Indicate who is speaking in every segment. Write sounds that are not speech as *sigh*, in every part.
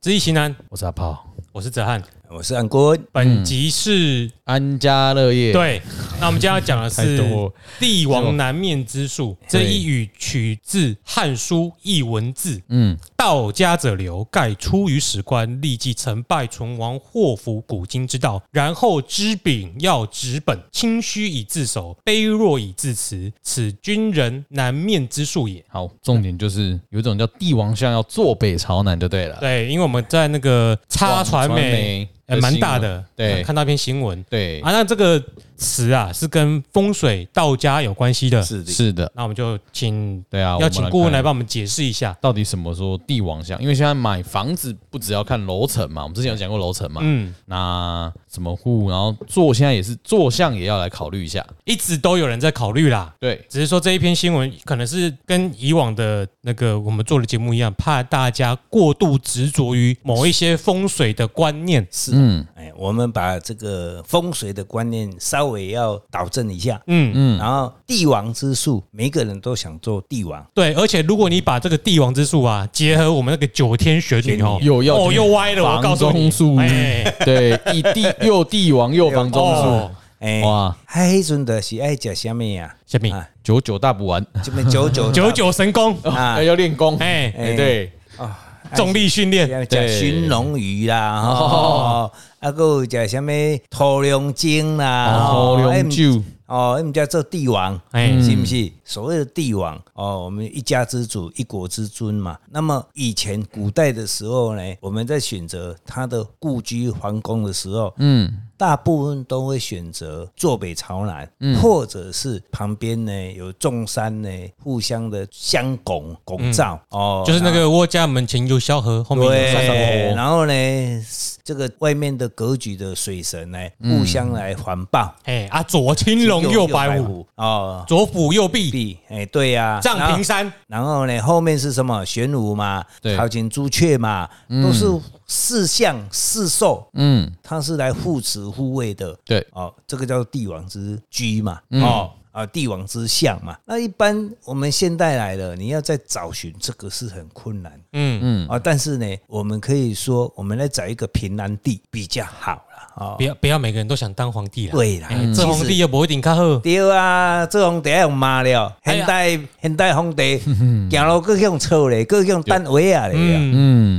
Speaker 1: 知易行难，
Speaker 2: 我是阿炮，
Speaker 1: 我是泽汉。
Speaker 3: 我是安国恩，
Speaker 1: 本集是、
Speaker 2: 安家乐业，，
Speaker 1: 对，那我们今天要讲的
Speaker 2: 嗯太
Speaker 1: 是
Speaker 2: 多了
Speaker 1: 帝王南面之术，这
Speaker 2: 对
Speaker 1: 一语取自《汉书·艺文字》。
Speaker 2: 嗯，
Speaker 1: 道家者流，盖出于史官，立即成败存亡，祸福古今之道，然后知秉要执本，清虚以自守，卑弱以自持，此君人南面之术也。
Speaker 2: 好，重点就是有一种叫帝王像要坐北朝南就对了，
Speaker 1: 对，因为我们在那个插传
Speaker 2: 网传
Speaker 1: 媒
Speaker 2: 媒
Speaker 1: 呃
Speaker 2: 的
Speaker 1: 蛮大
Speaker 2: 新闻
Speaker 1: 的，
Speaker 2: 对
Speaker 1: 看到一篇新闻
Speaker 2: 对，
Speaker 1: 啊，那这个词啊是跟风水道家有关系的，
Speaker 3: 是的，
Speaker 2: 是的，
Speaker 1: 那我们就请
Speaker 2: 对啊，我
Speaker 1: 要
Speaker 2: 们
Speaker 1: 请顾问来
Speaker 2: 看
Speaker 1: 帮我们解释一下。
Speaker 2: 到底什么说帝王像？因为现在买房子不只要看楼层嘛，我们之前有讲过楼层嘛，
Speaker 1: 嗯，
Speaker 2: 那什么户，然后坐现在也是坐像也要来考虑一下，
Speaker 1: 一直都有人在考虑啦，
Speaker 2: 对，
Speaker 1: 只是说这一篇新闻可能是跟以往的那个我们做的节目一样，怕大家过度执着于某一些风水的观念。
Speaker 3: 是的。
Speaker 2: 嗯，
Speaker 3: 哎，我们把这个风水的观念稍微要导正一下，
Speaker 1: 嗯嗯，
Speaker 3: 嗯，然后帝王之术，每个人都想做帝王，
Speaker 1: 对，而且如果你把这个帝王之术啊，结合我们那个九天玄女哦，
Speaker 2: 又要
Speaker 1: 哦
Speaker 2: 听
Speaker 1: 又歪了，我告诉你
Speaker 2: 房中，术
Speaker 1: 哎，
Speaker 2: 对，以帝又帝王又房中
Speaker 1: 哦
Speaker 2: 术，，
Speaker 3: 哎，
Speaker 2: 哇
Speaker 3: 哇，迄阵的是爱吃什么呀？
Speaker 1: 下面
Speaker 3: 啊
Speaker 2: 久久大补丸，
Speaker 3: 这么九
Speaker 1: *laughs*
Speaker 3: 九
Speaker 1: 九九神功，
Speaker 3: 啊
Speaker 2: 哦要练功，
Speaker 1: 哎
Speaker 2: 哎，对，
Speaker 3: 啊，
Speaker 1: 重力训练，
Speaker 3: 要吃
Speaker 2: 对
Speaker 3: 鲟龙鱼啦，吼，啊个食什么土龙精啦，
Speaker 2: 哦
Speaker 3: 吼
Speaker 2: 土龙酒，
Speaker 3: 哦，我们叫做帝王，
Speaker 1: 哎
Speaker 3: 是不是？所谓的帝王哦，我们一家之主，一国之尊嘛。那么以前古代的时候呢，我们在选择他的故居皇宫的时候，
Speaker 2: 嗯，
Speaker 3: 大部分都会选择坐北朝南，
Speaker 1: 嗯
Speaker 3: 或者是旁边呢有众山呢，互相的相拱拱照、哦，
Speaker 1: 嗯就是那个我家门前有小河，后面有山
Speaker 3: 对，
Speaker 1: 山
Speaker 3: 然后呢，这个外面的格局的水神呢，互相来环抱，
Speaker 1: 哎啊，左青嗯龙右白虎，
Speaker 3: 哦，
Speaker 1: 左辅右弼，
Speaker 3: 壁哎，对啊呀、
Speaker 1: 藏
Speaker 3: 然后
Speaker 1: 平山，
Speaker 3: 然后呢，后面是什么？玄武嘛，
Speaker 2: 对
Speaker 3: 桃金朱雀嘛，
Speaker 1: 嗯
Speaker 3: 都是四象四兽，
Speaker 2: 嗯，
Speaker 3: 它是来护持护卫的。
Speaker 2: 对，
Speaker 3: 哦，这个叫帝王之居嘛，
Speaker 1: 嗯
Speaker 3: 哦。啊，帝王之相嘛，那一般我们现代来了，你要再找寻这个是很困难
Speaker 1: 嗯嗯，
Speaker 3: 啊。但是呢，我们可以说，我们来找一个平安地比较好了啊。
Speaker 1: 不要不要每个人都想当皇帝啦，
Speaker 3: 对啦
Speaker 1: 哎，这皇帝又不一定较好，
Speaker 3: 对啊，这皇帝用骂了，
Speaker 1: 哎呀
Speaker 3: 现代现代
Speaker 1: *laughs*
Speaker 3: 皇帝行路各用错嘞，各用单位啊嘞啊，
Speaker 1: 嗯，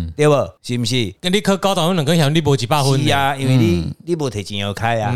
Speaker 2: 嗯，
Speaker 3: 对不？是不是？
Speaker 1: 跟你考高档两个人，你无一百分嗯
Speaker 3: 是
Speaker 1: 的，
Speaker 3: 啊，因为你你无提钱要开啊，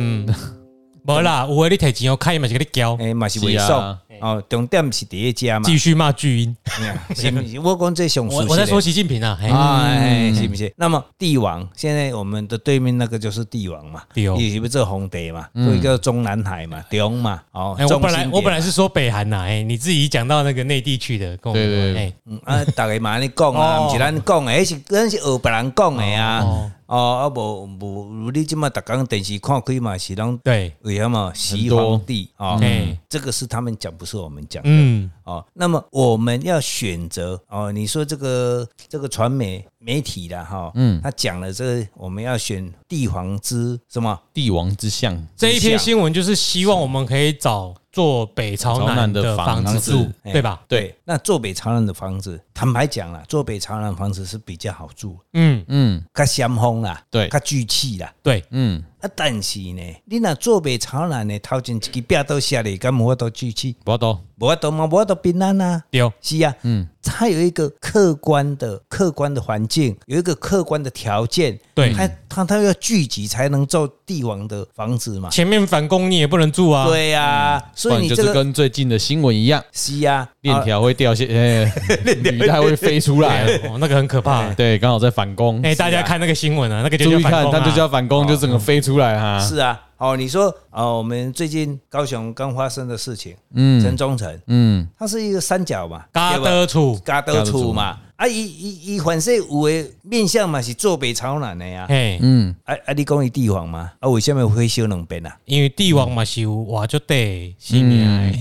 Speaker 1: 无啦，有的你提钱要开嘛，是给你交，
Speaker 3: *laughs* 哎嘛是
Speaker 2: 是
Speaker 3: 袂
Speaker 2: 啊
Speaker 3: 爽哦，重点是第一家嘛
Speaker 1: 继，续骂巨婴，
Speaker 3: *laughs* 是不是？我讲这上
Speaker 1: 我
Speaker 3: 熟
Speaker 1: 我在说
Speaker 3: 悉
Speaker 1: 习近平啊，嘿
Speaker 3: 的啊，哎，是不是？那么帝王，现在我们的对面那个就是帝王嘛，
Speaker 1: 对哦嗯
Speaker 3: 你是不是这皇帝嘛？所以叫中南海嘛，中嘛，哦
Speaker 1: 哎，，我
Speaker 3: 中
Speaker 1: 本来
Speaker 3: 心
Speaker 1: 我本
Speaker 3: 点
Speaker 1: 来是说北韩呐，哎，你自己讲到那个内地去的，跟我
Speaker 2: 对对对
Speaker 1: 哎
Speaker 3: 嗯啊，大家嘛安尼讲
Speaker 1: 哦
Speaker 3: 啊，毋是咱讲诶，迄是咱是学别人讲诶
Speaker 1: 哦
Speaker 3: 啊。哦，啊无无，你即马逐工电视看开嘛，是拢
Speaker 1: 对，
Speaker 3: 为什么西
Speaker 2: 很多
Speaker 3: 皇帝啊
Speaker 1: 嗯？
Speaker 3: 这个是他们讲，不是我们讲。
Speaker 1: 嗯，
Speaker 3: 哦，那么我们要选择哦，你说这个这个传媒媒体啦，哈，嗯，他讲了这个，我们要选帝皇之什么？
Speaker 2: 帝王之相，
Speaker 1: 这一篇新闻就是希望我们可以找做北朝南的房子
Speaker 2: 朝南
Speaker 1: 住
Speaker 2: 的，
Speaker 3: 哎
Speaker 1: 对吧？
Speaker 2: 对，
Speaker 3: 那坐北朝南的房子，坦白讲啦，坐北朝南的房子是比较好住，
Speaker 1: 嗯，
Speaker 2: 嗯，
Speaker 3: 较香风啦，
Speaker 2: 对
Speaker 3: 较聚气啦。
Speaker 1: 对，
Speaker 2: 嗯，
Speaker 3: 啊，但是呢，你若坐北朝南呢，头前一支壁都下来，敢无法度聚气，
Speaker 2: 不要多，
Speaker 3: 无法度嘛，无法度平安啊。
Speaker 1: 丢，
Speaker 3: 是啊，嗯，它有一个客观的客观的环境，有一个客观的条件，
Speaker 1: 对
Speaker 3: 它它它要聚集才能做帝王的房子嘛。
Speaker 1: 前面反攻你也不能住啊，
Speaker 3: 对呀、啊，
Speaker 2: 不
Speaker 3: 所以
Speaker 2: 然
Speaker 3: 你
Speaker 2: 就
Speaker 3: 这
Speaker 2: 是
Speaker 3: 个
Speaker 2: 跟最近的新闻一样，
Speaker 3: 是啊，
Speaker 2: 链条会掉下，哎，履带会飞出来，
Speaker 1: 哦，那个很可怕。
Speaker 2: 对，刚好在反攻，
Speaker 1: 哎，大家看那个新闻啊，那个就
Speaker 2: 哎注
Speaker 1: 叫
Speaker 2: 意
Speaker 1: 反
Speaker 2: 看，
Speaker 1: 攻
Speaker 2: 它就
Speaker 1: 啊，
Speaker 2: 叫反攻，就整个飞出来哈，
Speaker 3: 是啊，哦，你说哦，我们最近高雄刚发生的事情，嗯，城中城，
Speaker 2: 嗯，
Speaker 3: 它是一个三角嘛，
Speaker 1: 嘎
Speaker 3: 对吧
Speaker 1: 的处，
Speaker 3: 家都厝嘛，啊，伊伊伊反正有诶面相嘛是坐北朝南的呀、啊，
Speaker 1: 哎，
Speaker 2: 嗯，
Speaker 3: 啊啊，你讲伊帝王嘛，啊，为什么会烧两遍啊？
Speaker 1: 因为帝王嘛是有活就得性命的，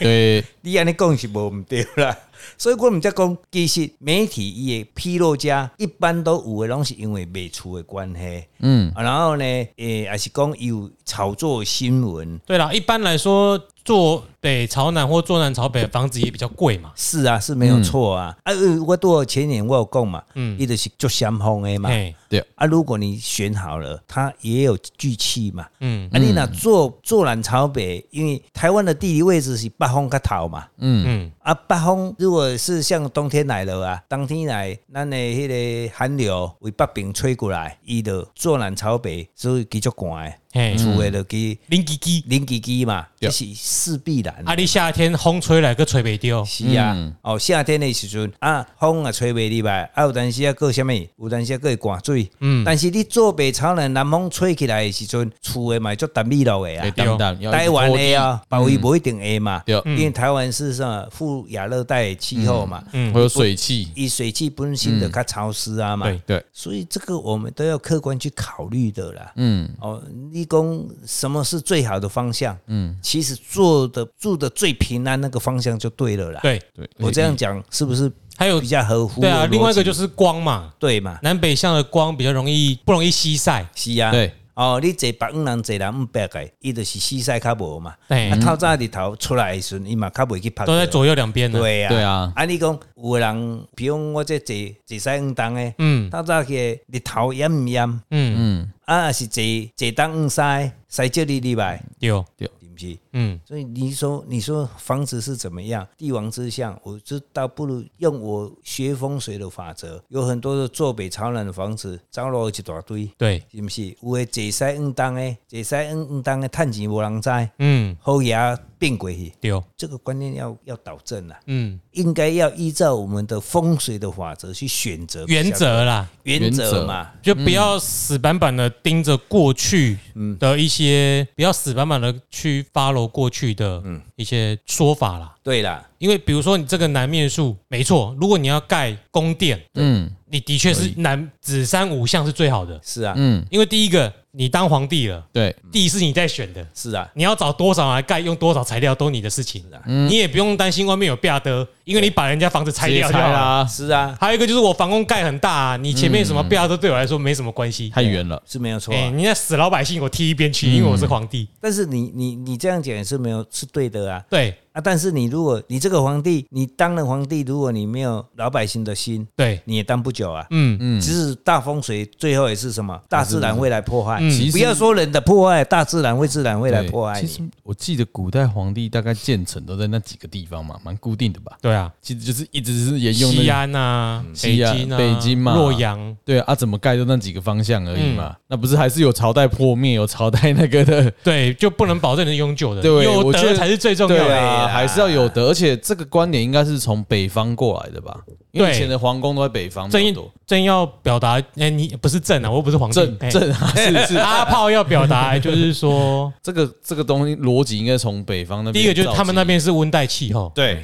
Speaker 2: 对，
Speaker 3: 你安尼讲是无毋对啦， *laughs* 所以我们才讲，其实媒体伊的披露者一般都有的拢是因为卖厝的关系， *laughs* 嗯，然后呢，诶、也是讲有炒作新闻。
Speaker 1: 对啦，一般来说，坐北朝南或坐南朝北的房子也比较贵嘛。
Speaker 3: 是啊，是没有错啊。啊，呃我多前年我有讲嘛，嗯，伊就是做先锋的嘛。
Speaker 1: 哎，
Speaker 2: 对，
Speaker 3: 啊，如果你选好了，它也有聚气嘛。
Speaker 1: 嗯
Speaker 3: 啊，你若坐坐南朝北，因为台湾的地理位置是北方较头嘛。
Speaker 1: 嗯，
Speaker 3: 啊，北方如果是像冬天来了啊，冬天来，咱的迄个寒流为北边吹过来，伊就坐南朝北，所以几足寒
Speaker 1: 嘿
Speaker 3: 的，厝的就去
Speaker 1: 零几几，
Speaker 3: 零几几嘛，
Speaker 2: 对
Speaker 3: 这是势必然的。
Speaker 1: 啊，你夏天风吹来个吹袂掉，
Speaker 3: 是啊，
Speaker 2: 嗯
Speaker 3: 哦，夏天的时阵啊，风啊吹袂入来，啊有当时啊个什物，有当时啊个会寒水。嗯，但是你坐北朝南，南风吹起来的时阵，厝的嘛足淡米落的啊
Speaker 2: 对，。当然要一直
Speaker 3: 台湾
Speaker 2: 拖地嗯
Speaker 3: 的，啊，保卫不一定会嘛，
Speaker 2: 对
Speaker 3: 因为台湾是啥富亚热带的气候嘛，
Speaker 2: 嗯会有水汽，
Speaker 3: 以水汽本身就较潮湿啊嘛，
Speaker 1: 对
Speaker 2: 对，
Speaker 3: 所以这个我们都要客观去考虑的啦。
Speaker 2: 嗯，
Speaker 3: 哦，你讲什么是最好的方向？嗯，其实做的住的最平安那个方向就对了啦。，
Speaker 1: 对，
Speaker 2: 对，
Speaker 3: 我这样讲是嗯不是
Speaker 1: 还有
Speaker 3: 啊比较合乎逻辑？
Speaker 1: 对啊，另外一个就是光嘛，
Speaker 3: 对嘛，
Speaker 1: 南北向的光比较容易不容易西晒，
Speaker 3: 是啊，
Speaker 2: 对。
Speaker 3: 哦，你坐北五人坐南五北个，伊就是西晒较无嘛。
Speaker 1: 对
Speaker 3: 啊，透早日头出来的时阵，伊嘛较袂去晒。
Speaker 1: 都在左右两边呢。
Speaker 3: 啊对啊，
Speaker 2: 对啊
Speaker 3: 啊，你讲有个人，比如我这坐坐西五东的，
Speaker 1: 嗯
Speaker 3: 透早起日头炎毋炎？
Speaker 1: 嗯，
Speaker 3: 啊，是坐坐东五西，西这里礼拜，
Speaker 1: 有，
Speaker 3: 是不是？
Speaker 1: 嗯，
Speaker 3: 所以你说，你说房子是怎么样？帝王之相，我知道不如用我学风水的法则，有很多的坐北朝南的房子，招落一大堆，
Speaker 1: 对，
Speaker 3: 是不是？有的坐西硬当的，坐西硬硬当的，趁钱无人知，
Speaker 1: 嗯，
Speaker 3: 好牙变过去，
Speaker 1: 有，
Speaker 3: 这个观念要要导正了、啊。
Speaker 1: 嗯，
Speaker 3: 应该要依照我们的风水的法则去选择比较
Speaker 1: 原则啦，
Speaker 3: 原则嘛，
Speaker 1: 就不要死板板的盯着过去的一些，不要死板板的去 follow 过去的一些说法啦。
Speaker 3: 对啦，
Speaker 1: 因为比如说你这个南面树，没错，如果你要盖宫殿，
Speaker 2: 嗯
Speaker 1: 你的确是南紫山五项是最好的，
Speaker 3: 是啊，
Speaker 2: 嗯，
Speaker 1: 因为第一个你当皇帝了，
Speaker 2: 对，
Speaker 1: 地是你在选的。
Speaker 3: 是啊，
Speaker 1: 你要找多少来盖，用多少材料都你的事情
Speaker 3: 啊，
Speaker 1: 你也不用担心外面有壁的，因为你把人家房子拆掉就
Speaker 2: 直接
Speaker 1: 好了。
Speaker 2: 拆啦，
Speaker 3: 是啊，
Speaker 1: 还有一个就是我房屋盖很大、啊，你前面什么壁都对我来说没什么关系。
Speaker 2: 太远了，
Speaker 3: 是没有错、
Speaker 1: 哎、
Speaker 3: 啊。
Speaker 1: 你那死老百姓，我踢一边去，因为我是皇
Speaker 2: 嗯
Speaker 1: 帝。
Speaker 3: 但是你你你这样讲也是没有是对的啊
Speaker 1: 对
Speaker 3: 啊！但是你如果你这个皇帝，你当了皇帝，如果你没有老百姓的心，
Speaker 1: 对，
Speaker 3: 你也当不久啊。
Speaker 1: 嗯，
Speaker 3: 嗯，只是大风水最后也是什么？大自然会来破坏。
Speaker 2: 嗯其实
Speaker 3: 不要说人的破坏，大自然会自然会来
Speaker 2: 对
Speaker 3: 破坏
Speaker 2: 其
Speaker 3: 你。
Speaker 2: 实我记得古代皇帝大概建成都在那几个地方嘛，蛮固定的吧。
Speaker 1: 对啊，
Speaker 2: 其实就是一直是沿用那
Speaker 1: 西
Speaker 2: 个
Speaker 1: 安啊，北
Speaker 2: 西安
Speaker 1: 京啊，
Speaker 2: 北京嘛
Speaker 1: 洛阳，
Speaker 2: 对啊，啊怎么盖就那几个方向而已
Speaker 1: 嗯
Speaker 2: 嘛。那不是还是有朝代破灭，有朝代那个的，
Speaker 1: 对，就不能保证能永久的，
Speaker 2: 对
Speaker 1: 有
Speaker 2: 我觉
Speaker 1: 德
Speaker 2: 得
Speaker 1: 才是最 *laughs* 重要
Speaker 2: 对
Speaker 1: 的。
Speaker 2: 啊，
Speaker 3: 对啦
Speaker 2: 还是要有的。而且这个观点应该是从北方过来的吧？因为
Speaker 1: 对
Speaker 2: 以前的皇宫都在北方
Speaker 1: 正
Speaker 2: 比
Speaker 1: 义
Speaker 2: 较多。
Speaker 1: 正要表达，哎、你不是正啊，我又不是皇帝，
Speaker 2: 正
Speaker 1: 哎
Speaker 2: 正 *laughs* 啊，是
Speaker 1: *laughs*
Speaker 2: 是，
Speaker 1: 阿炮要表达就是
Speaker 2: *laughs*
Speaker 1: 说，
Speaker 2: 这个这个东西逻辑应该从北方那边。
Speaker 1: 第一个就是他们那边是温带气候，
Speaker 2: 对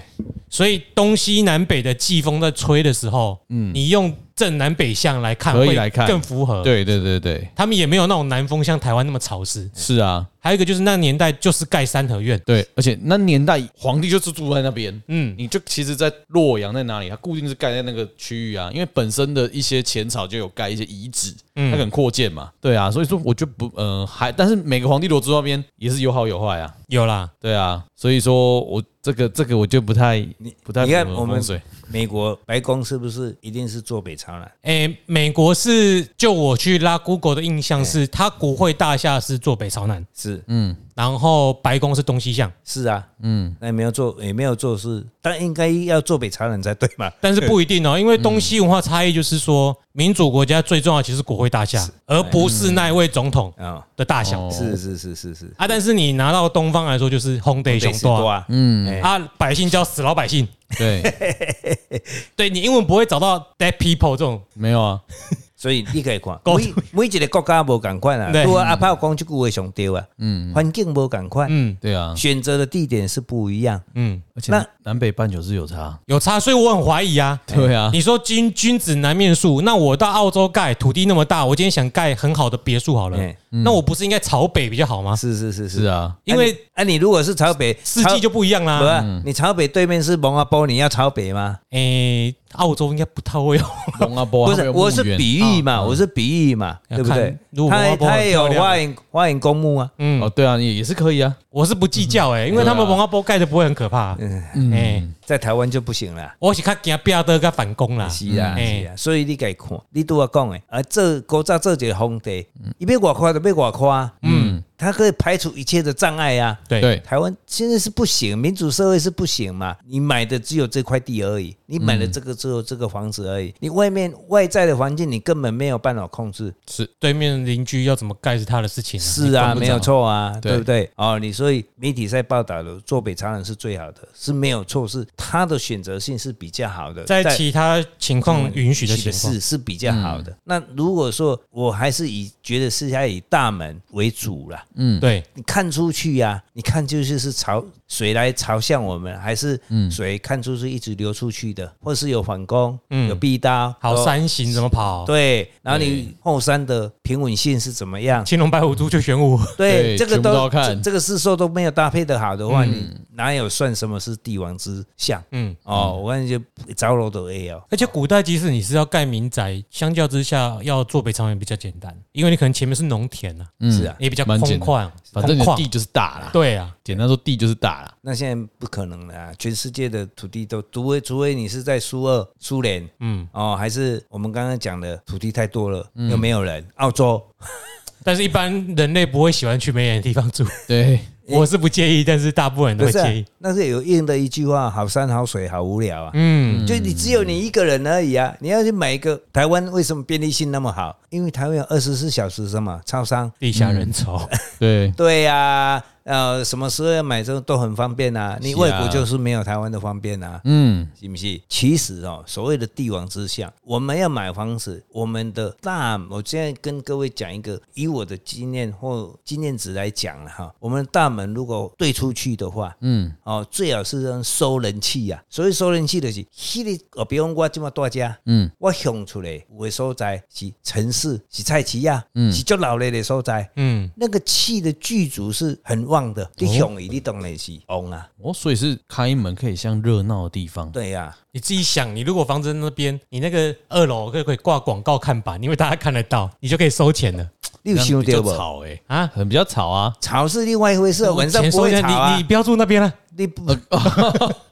Speaker 1: 所以东西南北的季风在吹的时候，嗯，你用正南北向来看，
Speaker 2: 可以
Speaker 1: 会
Speaker 2: 来看
Speaker 1: 更符合。，
Speaker 2: 对对对对，
Speaker 1: 他们也没有那种南风像台湾那么潮湿。
Speaker 2: 是啊，
Speaker 1: 还有一个就是那个年代就是盖三合院，
Speaker 2: 对，而且那年代皇帝就是住在那边，
Speaker 1: 嗯，
Speaker 2: 你就其实，在洛阳在哪里，它啊固定是盖在那个区域啊，因为本身的一些前朝就有盖一些遗址，
Speaker 3: 嗯
Speaker 2: 它可能扩建嘛，对啊，所以说我就不呃还，但是每个皇帝罗住那边也是有好有坏啊，
Speaker 1: 有啦，
Speaker 2: 对啊，所以说我这个这个我就不太不太
Speaker 3: 你看
Speaker 2: 符合
Speaker 3: 我们
Speaker 2: 风水
Speaker 3: 美国白宫是不是一定是坐北朝南？
Speaker 1: 诶、美国是就我去拉 Google 的印象是，它国会大厦是坐北朝南，
Speaker 3: 是，
Speaker 1: 然后白宫是东西向，
Speaker 3: 嗯是啊，嗯，那也没有做，也没有做事，但应该要做北朝南才对嘛。
Speaker 1: 但是不一定哦，因为东西文化差异就是说，民主国家最重要的其实是国会大厦，而不是那一位总统
Speaker 3: 啊、
Speaker 1: 的大小。
Speaker 2: 嗯哦
Speaker 3: 是是是是是，
Speaker 1: 啊，但是你拿到东方来说，就是烘得熊多啊，
Speaker 3: 啊，嗯，哎
Speaker 1: 啊，百姓叫死老百姓，
Speaker 2: 对， *laughs*
Speaker 1: 对你英文不会找到 dead people 这种，
Speaker 2: 没有啊，
Speaker 3: 所以你可以看，
Speaker 1: *laughs* 高
Speaker 3: 每每一个国家无共款啊。
Speaker 1: 对
Speaker 3: 如果阿炮讲即句话上对啊，嗯，环境无共款，
Speaker 1: 嗯
Speaker 2: 对啊，
Speaker 3: 选择的地点是不一样。
Speaker 1: 嗯，
Speaker 2: 而且
Speaker 3: 那
Speaker 2: 南北半球是有差，
Speaker 1: 有差，所以我很怀疑啊。
Speaker 2: 对啊，
Speaker 1: 你说君君子难面树，那我到澳洲盖土地那么大，我今天想盖很好的别墅好了
Speaker 3: 哎，
Speaker 1: 那我不是应该朝北比较好吗？
Speaker 3: 是是是
Speaker 2: 是
Speaker 3: 是， *laughs*
Speaker 2: 啊，
Speaker 1: 因为
Speaker 3: 啊你，啊你如果是朝北，
Speaker 1: 四
Speaker 3: 朝
Speaker 1: 季就不一样
Speaker 3: 不
Speaker 1: 啦。
Speaker 2: 嗯
Speaker 3: 啊，你朝北对面是蒙阿波，你要朝北吗？
Speaker 1: 诶，哎澳洲应该不太会有。 *laughs*
Speaker 2: 龙阿波啊
Speaker 3: 不是，我是比喻嘛，我是比喻嘛，
Speaker 1: 啊嗯要
Speaker 3: 对不对
Speaker 1: 看如？果蒙
Speaker 3: 他
Speaker 1: 阿波
Speaker 3: 他
Speaker 1: 很
Speaker 3: 也
Speaker 1: 漂
Speaker 3: 有
Speaker 1: 亮
Speaker 3: 花园花园公墓啊，
Speaker 1: 嗯
Speaker 2: 哦，，对啊，也也是可以啊，
Speaker 1: 我是不计较诶，
Speaker 3: 啊
Speaker 1: 因为他们蒙阿波盖的不会很可怕。
Speaker 3: 嗯
Speaker 1: 诶，
Speaker 3: 在台湾就不行了。
Speaker 1: 我是看惊壁得跟反攻啦。
Speaker 3: 是啊，
Speaker 1: 嗯
Speaker 3: 是啊，所以你该看，你对我讲的，啊，这古早做一个皇帝，
Speaker 2: 嗯
Speaker 3: 伊要外夸就要外夸，嗯，他可以排除一切的障碍啊。
Speaker 1: 对
Speaker 2: 对，
Speaker 3: 台湾现在是不行，民主社会是不行嘛。你买的只有这块地而已，你买的这个只有这个房子而已，你外面外在的环境你根本没有办法控制。
Speaker 2: 是
Speaker 1: 对面邻居要怎么盖是他的事情啊。
Speaker 3: 是啊，
Speaker 2: 你管不着
Speaker 3: 没有错啊，
Speaker 2: 对
Speaker 3: 对不对？哦，你所以媒体在报道的做北常人是最好的，是没有错，是他的选择性是比较好的，
Speaker 1: 在其他情
Speaker 3: 嗯
Speaker 1: 况允许的
Speaker 3: 是
Speaker 1: 情况嗯
Speaker 3: 是，是比较好的。那如果说我还是以觉得是要以大门为主啦，
Speaker 1: 对，
Speaker 3: 你看出去呀、你看就是是朝水来朝向我们，还是水看出去一直流出去的，或是有反攻，
Speaker 1: 嗯
Speaker 3: 有壁刀，
Speaker 1: 好
Speaker 3: 有
Speaker 1: 山行怎么跑？
Speaker 3: 对，然后你后山的平稳性是怎么样？
Speaker 1: 青龙白虎朱雀玄武，
Speaker 2: 对
Speaker 3: 对，这个
Speaker 2: 全部都
Speaker 3: 都
Speaker 2: 要看
Speaker 3: 这这个四兽都没有搭配的好的话，你哪有算什么是帝王之相？
Speaker 1: 嗯。
Speaker 3: 哦，我感觉着楼都 A 哦，
Speaker 1: *laughs* 而且古代即使你是要盖民宅，相较之下要做北朝也比较简单，因为你可能前面是农田啊，
Speaker 3: 是啊，
Speaker 1: 也比较空
Speaker 2: 蛮简单
Speaker 1: 旷，
Speaker 2: 反正你
Speaker 1: 空
Speaker 2: 的
Speaker 1: 旷
Speaker 2: 地就是大啦，
Speaker 1: 对啊，
Speaker 2: 简单说地就是大啦，
Speaker 3: 那现在不可能了、啊，全世界的土地都，除非除非你是在苏二、苏联，嗯，哦，还是我们刚刚讲的土地太多了，又没有人，澳洲
Speaker 1: 但是一般人类不会喜欢去没人的地方
Speaker 3: *laughs*
Speaker 1: 住，
Speaker 2: 对，
Speaker 1: 我是不介意，但是大部分人都
Speaker 3: 不
Speaker 1: 会
Speaker 3: 是啊、
Speaker 1: 介意。
Speaker 3: 那是有应的一句话，好山好水好无聊啊，
Speaker 1: 嗯，
Speaker 3: 就你只有你一个人而已啊，你要去买一个台湾为什么便利性那么好？因为台湾有二十四小时什么超商，
Speaker 1: 地下人
Speaker 3: *laughs*
Speaker 1: 潮，
Speaker 2: 对，
Speaker 3: 对呀、呃，什么时候要买这都很方便啊，你
Speaker 2: 是啊
Speaker 3: 外国就是没有台湾的方便啊，
Speaker 2: 嗯，
Speaker 3: 是不是？其实哦，所谓的帝王之相，我们要买房子，我们的大，我现在跟各位讲一个，以我的经验或经验值来讲了哈，我们的大门如果对出去的话，嗯，哦，最好是让收人气呀、啊。所以收人气的、就是，迄个哦，比如我这么大家，嗯，我想出来有的所在是城市，是菜市啊，嗯，是足热闹的所在。
Speaker 1: 嗯，
Speaker 3: 那个气的剧组是很旺的，你想伊，你当然是旺啊，
Speaker 2: 哦，所以是开门可以像热闹的地方，
Speaker 3: 对啊呀、
Speaker 1: 你自己想，你如果房子在那边，你那个二楼可以可以挂广告看板，因为大家看得到，你就可以收钱了
Speaker 3: 你有
Speaker 2: 这
Speaker 3: 想
Speaker 2: 样比
Speaker 3: 到
Speaker 2: 较
Speaker 3: 无？
Speaker 2: 吵哎，
Speaker 1: 啊。
Speaker 2: 很比较吵啊，
Speaker 3: 吵是另外一回事，晚上
Speaker 1: 钱
Speaker 3: 不
Speaker 1: 收
Speaker 3: 会
Speaker 1: 一下
Speaker 3: 吵
Speaker 1: 你
Speaker 3: 啊
Speaker 1: 你。不要住那边了，
Speaker 3: 你不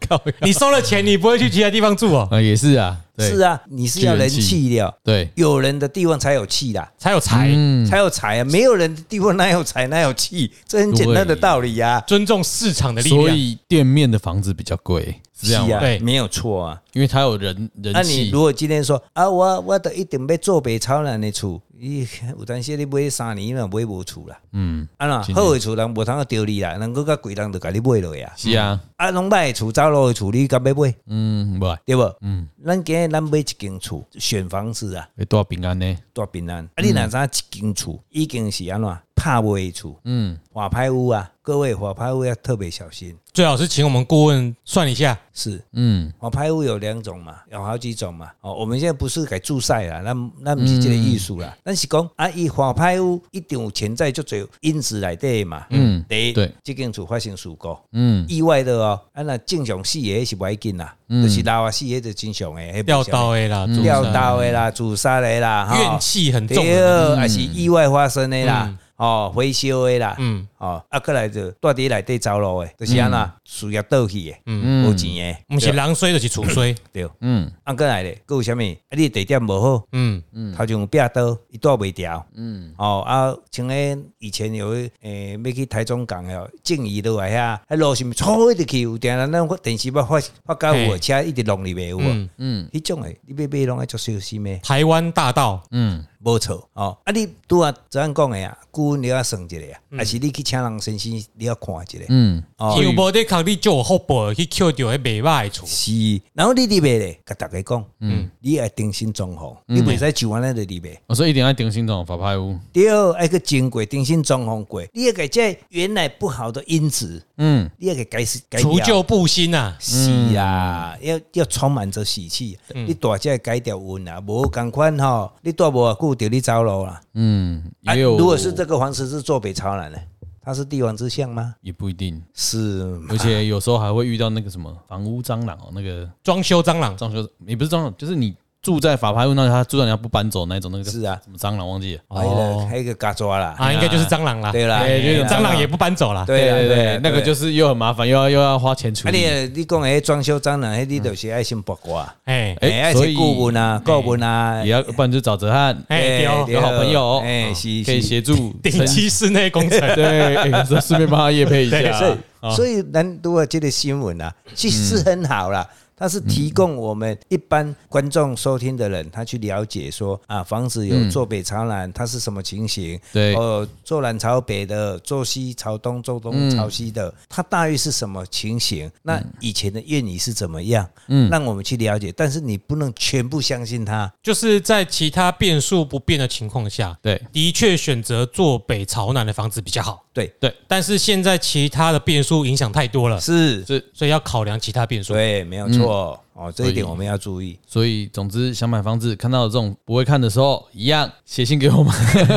Speaker 2: 靠呀，
Speaker 1: 你收了钱，你不会去其他地方住哦，
Speaker 2: 啊也是啊，对
Speaker 3: 是啊，你是要人气的哦，
Speaker 2: 对，
Speaker 3: 有人的地方才有气啦，
Speaker 1: 才有财，
Speaker 3: 才有财啊。没有人的地方哪有财，哪有气？这很简单的道理啊呀。
Speaker 1: 尊重市场的力
Speaker 2: 所
Speaker 1: 量。
Speaker 2: 以店面的房子比较贵，是这样
Speaker 3: 是
Speaker 2: 吗
Speaker 3: 啊？
Speaker 1: 对
Speaker 3: 没有错啊。
Speaker 2: 因为它有人人
Speaker 3: 那你
Speaker 2: 气
Speaker 3: 如，果今天说啊，我我都一定要做北超人的厝，你有当时你买三年了买无厝啦。
Speaker 2: 嗯，
Speaker 3: 啊啦，
Speaker 2: 真的
Speaker 3: 好的厝人无通个丢你啦，人佫较贵人就甲你买落呀。
Speaker 2: 是啊，
Speaker 3: 啊，拢歹的厝走路的厝，你敢要买
Speaker 2: 嗯，不，
Speaker 3: 对不？嗯，咱今日咱买一间厝，选房子啊。
Speaker 2: 会多平安呢，
Speaker 3: 大平安。啊，你若知影一间厝已经是安怎拍卖的厝，
Speaker 2: 嗯，
Speaker 3: 华拍屋啊，各位华拍屋要特别小心。
Speaker 1: 最好是请我们顾问算一下，
Speaker 3: 是
Speaker 2: 嗯，
Speaker 3: 华拍屋有两种嘛，有好几种嘛。哦，我们现在不是改注赛啦，那那不是这个艺术啦，
Speaker 2: 嗯
Speaker 3: 咱是讲啊，伊华拍屋一定有潜在足侪因子内底嘛。
Speaker 2: 嗯，
Speaker 3: 第一，
Speaker 2: 对，
Speaker 3: 这间厝发生事故，
Speaker 2: 嗯，
Speaker 3: 意外的哦，啊那正常死的是不要紧啦，就是老啊死的就正常诶，
Speaker 1: 吊刀、A 啦，自杀
Speaker 3: 吊刀的
Speaker 2: 嗯
Speaker 3: 啦，自杀的啦，哈
Speaker 1: 怨气很重啊
Speaker 3: 啊对，
Speaker 1: 的。嗯
Speaker 3: 还是意外发生的啦，哦，维修的啦，
Speaker 1: 嗯
Speaker 3: 哦，啊，过来就住伫内底走路的，就是安那事业倒去的，
Speaker 1: 嗯
Speaker 3: 无钱
Speaker 1: 不是狼衰就是畜衰，
Speaker 3: 的，对，
Speaker 2: 嗯，
Speaker 3: 啊，过来咧，还有啥物？啊，你地点无好，
Speaker 1: 嗯，
Speaker 3: 头前有壁刀，伊住袂掉，嗯，哦，啊，像迄以前有诶、欸要去台中港的静怡落来遐，迄路是毋错一直去，有定人咱有电视要发发到有的
Speaker 1: 嘿
Speaker 3: 车一直弄入去有无
Speaker 1: 嗯？
Speaker 3: 嗯，迄种诶，你要买拢爱足小心诶，
Speaker 1: 台湾大道，
Speaker 2: 嗯，
Speaker 3: 无错哦。啊，你拄啊怎样讲的呀？顾问你要算一下啊，还是你去请人先生你要看一下。
Speaker 2: 嗯，
Speaker 3: 哦
Speaker 1: 因为无得靠你就有福报去捡到迄袂歹的厝，
Speaker 3: 是，然后你离别咧，甲大家讲，嗯，你要定新装潢，你袂使就安尼就离别。
Speaker 2: 哦所以一定要定心脏法拍屋。
Speaker 3: 第二，爱去经过定新装潢过，你要给这原来不好的因子，
Speaker 2: 嗯，
Speaker 3: 你要给改是改
Speaker 1: 除
Speaker 3: 掉。
Speaker 1: 旧布新啊。
Speaker 3: 是啊，要要充满着喜气。啊你大家改掉运啊，无共款吼，你大无久就你走路啦。
Speaker 2: 嗯，
Speaker 3: 啊，
Speaker 2: 也有，
Speaker 3: 如果是这个黄石是坐北朝南的，它是帝王之相吗？
Speaker 2: 也不一定，
Speaker 3: 是
Speaker 2: 而且有时候还会遇到那个什么房屋蟑螂哦，那个
Speaker 1: 装修蟑螂，
Speaker 2: 蟑螂也不是蟑螂，就是你住在法拍屋那，他住在人家不搬走那一种，那个叫
Speaker 3: 是啊
Speaker 2: 什么蟑螂忘记了。
Speaker 3: 还有个还有哎个嘎抓啦，
Speaker 1: 啊，应该就是蟑螂啦。
Speaker 3: 对啦
Speaker 1: 哎
Speaker 3: 对啦
Speaker 1: 蟑螂也不搬走啦。
Speaker 3: 哎对啊对啊。
Speaker 2: 那个就是是又很麻烦，又要又要花钱处
Speaker 3: 啊，
Speaker 2: 理。
Speaker 3: 你你讲诶，装修蟑螂，迄你就是爱心八卦，
Speaker 1: 哎
Speaker 2: 哎
Speaker 3: 哎，爱
Speaker 2: 所
Speaker 3: 去
Speaker 2: 以
Speaker 3: 顾问啊，顾问啊
Speaker 2: 也，要不然就找泽汉
Speaker 1: 哎，对哦
Speaker 3: 对
Speaker 2: 有好朋友，
Speaker 3: 哎
Speaker 2: 嗯
Speaker 3: 是
Speaker 2: 可以
Speaker 3: 是
Speaker 2: 协助
Speaker 1: 顶
Speaker 2: 升。
Speaker 1: 级室内工程
Speaker 2: 对， *laughs* 哎这顺便帮他夜配一下
Speaker 3: 所以
Speaker 2: 啊。嗯
Speaker 3: 所以咱如果这个新闻啊，其实很好啦。它是提供我们一般观众收听的人，他去了解说啊，房子有坐北朝南，它是什么情形？
Speaker 2: 嗯对
Speaker 3: 哦，坐南朝北的，坐西朝东，坐东朝西
Speaker 2: 嗯
Speaker 3: 的，它大约是什么情形？那以前的谚语是怎么样？嗯，让我们去了解，但是你不能全部相信它。
Speaker 1: 就是在其他变数不变的情况下，
Speaker 2: 对
Speaker 1: 的确选择坐北朝南的房子比较好。
Speaker 3: 对，
Speaker 2: 对，
Speaker 1: 但是现在其他的变数影响太多了，
Speaker 3: 是，
Speaker 2: 是嗯
Speaker 1: 所以要考量其他变数。
Speaker 3: 对，没有错。哦，这
Speaker 2: 所
Speaker 3: 一
Speaker 2: 以
Speaker 3: 点我们要注意。
Speaker 2: 所以，总之，想买房子看到这种不会看的时候，一样写信给我们， *laughs*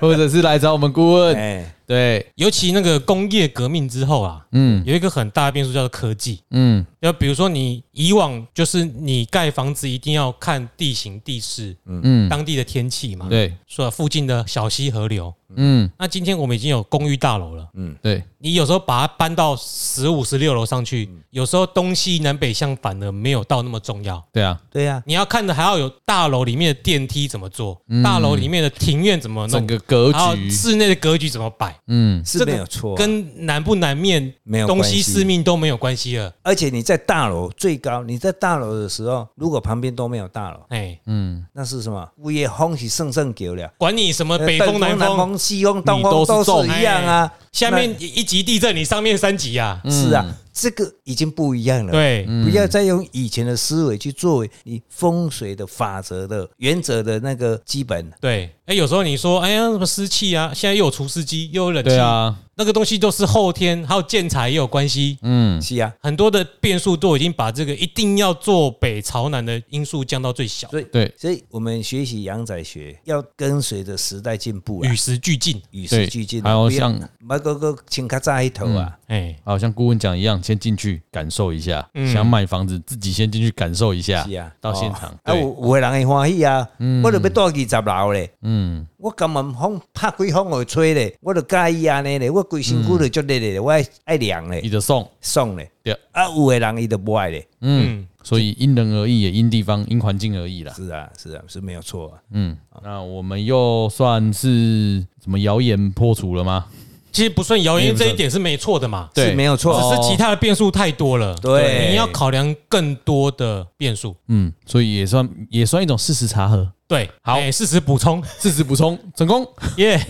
Speaker 2: 或者是来找我们顾问。
Speaker 3: 哎，
Speaker 2: 对，
Speaker 1: 尤其那个工业革命之后啊，
Speaker 2: 嗯
Speaker 1: 有一个很大的变数叫做科技。
Speaker 2: 嗯，
Speaker 1: 要比如说，你以往就是你盖房子一定要看地形地势，
Speaker 2: 嗯
Speaker 1: 嗯，当地的天气嘛，，
Speaker 2: 对，
Speaker 1: 说附近的小溪河流。
Speaker 2: 嗯
Speaker 1: 那今天我们已经有公寓大楼了，
Speaker 2: 对，
Speaker 1: 你有时候把它搬到十五、十六楼上去，
Speaker 2: 嗯
Speaker 1: 有时候东西南北向反而没有到那么重要。
Speaker 2: 对啊，
Speaker 3: 对呀，
Speaker 1: 你要看的还要有大楼里面的电梯怎么做，大楼里面的庭院怎么弄
Speaker 2: 嗯整，个格
Speaker 1: 还
Speaker 2: 局
Speaker 1: 有，室内的格局怎么摆，
Speaker 2: 嗯
Speaker 3: 是没有错。啊
Speaker 1: 跟南不南面、
Speaker 3: 没有
Speaker 1: 东
Speaker 3: 关
Speaker 1: 西
Speaker 3: 系
Speaker 1: 四面都没有关系了。
Speaker 3: 而且你在大楼最高，你在大楼的时候，如果旁边都没有大楼，
Speaker 1: 哎，
Speaker 2: 嗯，
Speaker 3: 那是什么？物业风起盛盛久了，
Speaker 1: 管你什么北
Speaker 3: 呃
Speaker 1: 风、南
Speaker 3: 风、
Speaker 1: 风，
Speaker 3: 西风、东
Speaker 2: 你都
Speaker 3: 风
Speaker 2: 是
Speaker 3: 都
Speaker 2: 中
Speaker 3: 是一样啊。
Speaker 1: 下面一级地震，你上面三级啊。
Speaker 3: 那是啊，这个已经不一样了。。
Speaker 1: 对，
Speaker 3: 不要再用以前的思维去作为你风水的法则的原则的那个基本，
Speaker 1: 对，哎，有时候你说，哎呀，什么湿气啊，现在又有除湿机，又有冷气
Speaker 2: 对，啊，
Speaker 1: 那个东西都是后天，还有建材也有关系。
Speaker 2: 嗯，
Speaker 3: 是啊。
Speaker 1: 很多的变数都已经把这个一定要坐北朝南的因素降到最小，
Speaker 3: 所以，
Speaker 2: 对，
Speaker 3: 所以我们学习阳仔学要跟随着时代进步啊
Speaker 1: 与，时俱进。
Speaker 3: 与
Speaker 2: 对
Speaker 3: 时俱进啊。
Speaker 2: 还有
Speaker 3: 不要
Speaker 2: 像
Speaker 3: 不要个个请卡扎一头啊，
Speaker 1: 哎，
Speaker 2: 好像顾问讲一样，先进去感受一下，
Speaker 1: 嗯
Speaker 2: 想买房子自己先进去感受一下
Speaker 3: 是啊，
Speaker 2: 到现场，
Speaker 3: 啊，有
Speaker 2: 对，
Speaker 3: 有的人会欢喜啊，我就要住二十楼咧，
Speaker 2: 嗯，
Speaker 3: 我甘愿风拍开风互吹咧，我就介意安尼咧，我规身躯就足热咧，我爱爱凉
Speaker 2: 你
Speaker 3: 咧，
Speaker 2: 就送，
Speaker 3: 爽咧
Speaker 2: 嗯对。
Speaker 3: 啊，有的人伊就不爱咧，
Speaker 2: 嗯，所以因人而异，也因地方、因环境而异啦。
Speaker 3: 是啊，是啊，是没有错啊。
Speaker 2: 嗯，那我们又算是什么谣言破除了吗？
Speaker 1: 其实不算谣言
Speaker 2: 嗯
Speaker 1: 这一点是没错的嘛，
Speaker 3: 是没有错
Speaker 1: 只是其他的变数太多了，
Speaker 3: 哦对
Speaker 1: 你要考量更多的变数。
Speaker 2: 嗯，所以也算也算一种事实查核，
Speaker 1: 对，好，事实补
Speaker 3: *laughs*
Speaker 1: 充，
Speaker 2: 事实补充成功。
Speaker 1: 耶，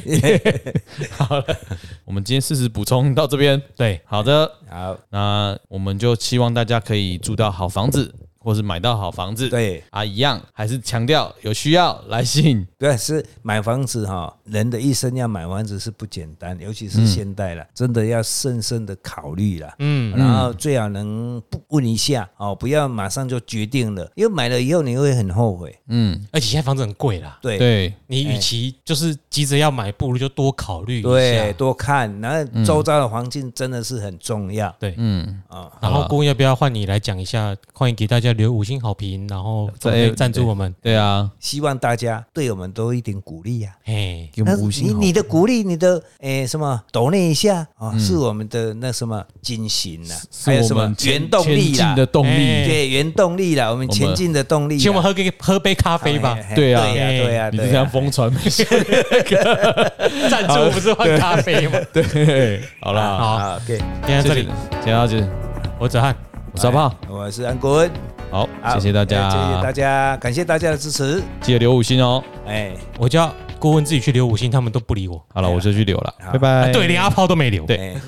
Speaker 2: 我们今天事实补充到这边，
Speaker 1: 对，
Speaker 2: 好的，
Speaker 3: 好，
Speaker 2: 那我们就希望大家可以住到好房子，或是买到好房子。
Speaker 3: 对
Speaker 2: 啊，一样还是强调有需要来信。
Speaker 3: 对，是买房子哈，人的一生要买房子是不简单，尤其
Speaker 2: 嗯
Speaker 3: 是现代了，真的要慎慎的考虑了。
Speaker 1: 嗯，
Speaker 3: 然后最好能不问一下哦，不要马上就决定了，因为买了以后你会很后悔。
Speaker 2: 嗯，
Speaker 1: 而且现在房子很贵啦，
Speaker 3: 对，
Speaker 2: 对，
Speaker 1: 你与其就是急着要买，不如就多考虑一
Speaker 3: 对，
Speaker 1: 下。
Speaker 3: 多看，然后周遭的环境真的是很重要。
Speaker 1: 对，
Speaker 2: 嗯，
Speaker 3: 啊。
Speaker 1: 然
Speaker 2: 好
Speaker 1: 后
Speaker 2: 啦
Speaker 1: 顾问要不要换你来讲一下？欢迎给大家留五星好评，然后
Speaker 2: 再
Speaker 1: 可以赞助我们。
Speaker 2: 对啊，
Speaker 3: 希望大家对我们多一点鼓哎励呀、啊
Speaker 1: 嘿，
Speaker 2: 给我
Speaker 3: 那
Speaker 2: 们五星
Speaker 3: 你
Speaker 2: 好
Speaker 3: 你的鼓励，你的诶、什么，抖那一下啊、是我们的那什么精神呐、还有
Speaker 2: 嗯是
Speaker 3: 什
Speaker 2: 我
Speaker 3: 么
Speaker 2: 们前
Speaker 3: 原动力
Speaker 2: 前进
Speaker 3: 啦
Speaker 2: 的，动
Speaker 1: 哎
Speaker 2: 力。
Speaker 3: 对，原动力啦，我们
Speaker 2: 我们
Speaker 3: 前进的动力啦。
Speaker 1: 请我们喝个喝杯咖啡吧
Speaker 3: 哎，哎
Speaker 2: 对啊
Speaker 3: 对呀、对呀、
Speaker 2: 你
Speaker 3: 对
Speaker 2: 是这
Speaker 3: 呀、
Speaker 2: 样疯传没事？
Speaker 1: 赞助不是换咖啡吗？
Speaker 2: *laughs* 对，好啦，
Speaker 1: 好，
Speaker 3: 啊，OK，
Speaker 1: 今天到这里
Speaker 2: 谢谢，，今天到这里，
Speaker 1: 我是哲翰。
Speaker 2: 我是阿炮。
Speaker 3: 哎我是安国恩。
Speaker 2: 好，
Speaker 3: 好
Speaker 2: 谢谢大家，
Speaker 3: 哎谢谢大家，感谢大家的支持。
Speaker 2: 记得留五星哦。
Speaker 3: 哎，
Speaker 1: 我叫顾问自己去留五星，他们都不理我。
Speaker 2: 哎好了，我就去留了，
Speaker 3: 好
Speaker 2: 拜拜。
Speaker 1: 啊对，连阿炮都没留。
Speaker 2: 对
Speaker 3: 哎。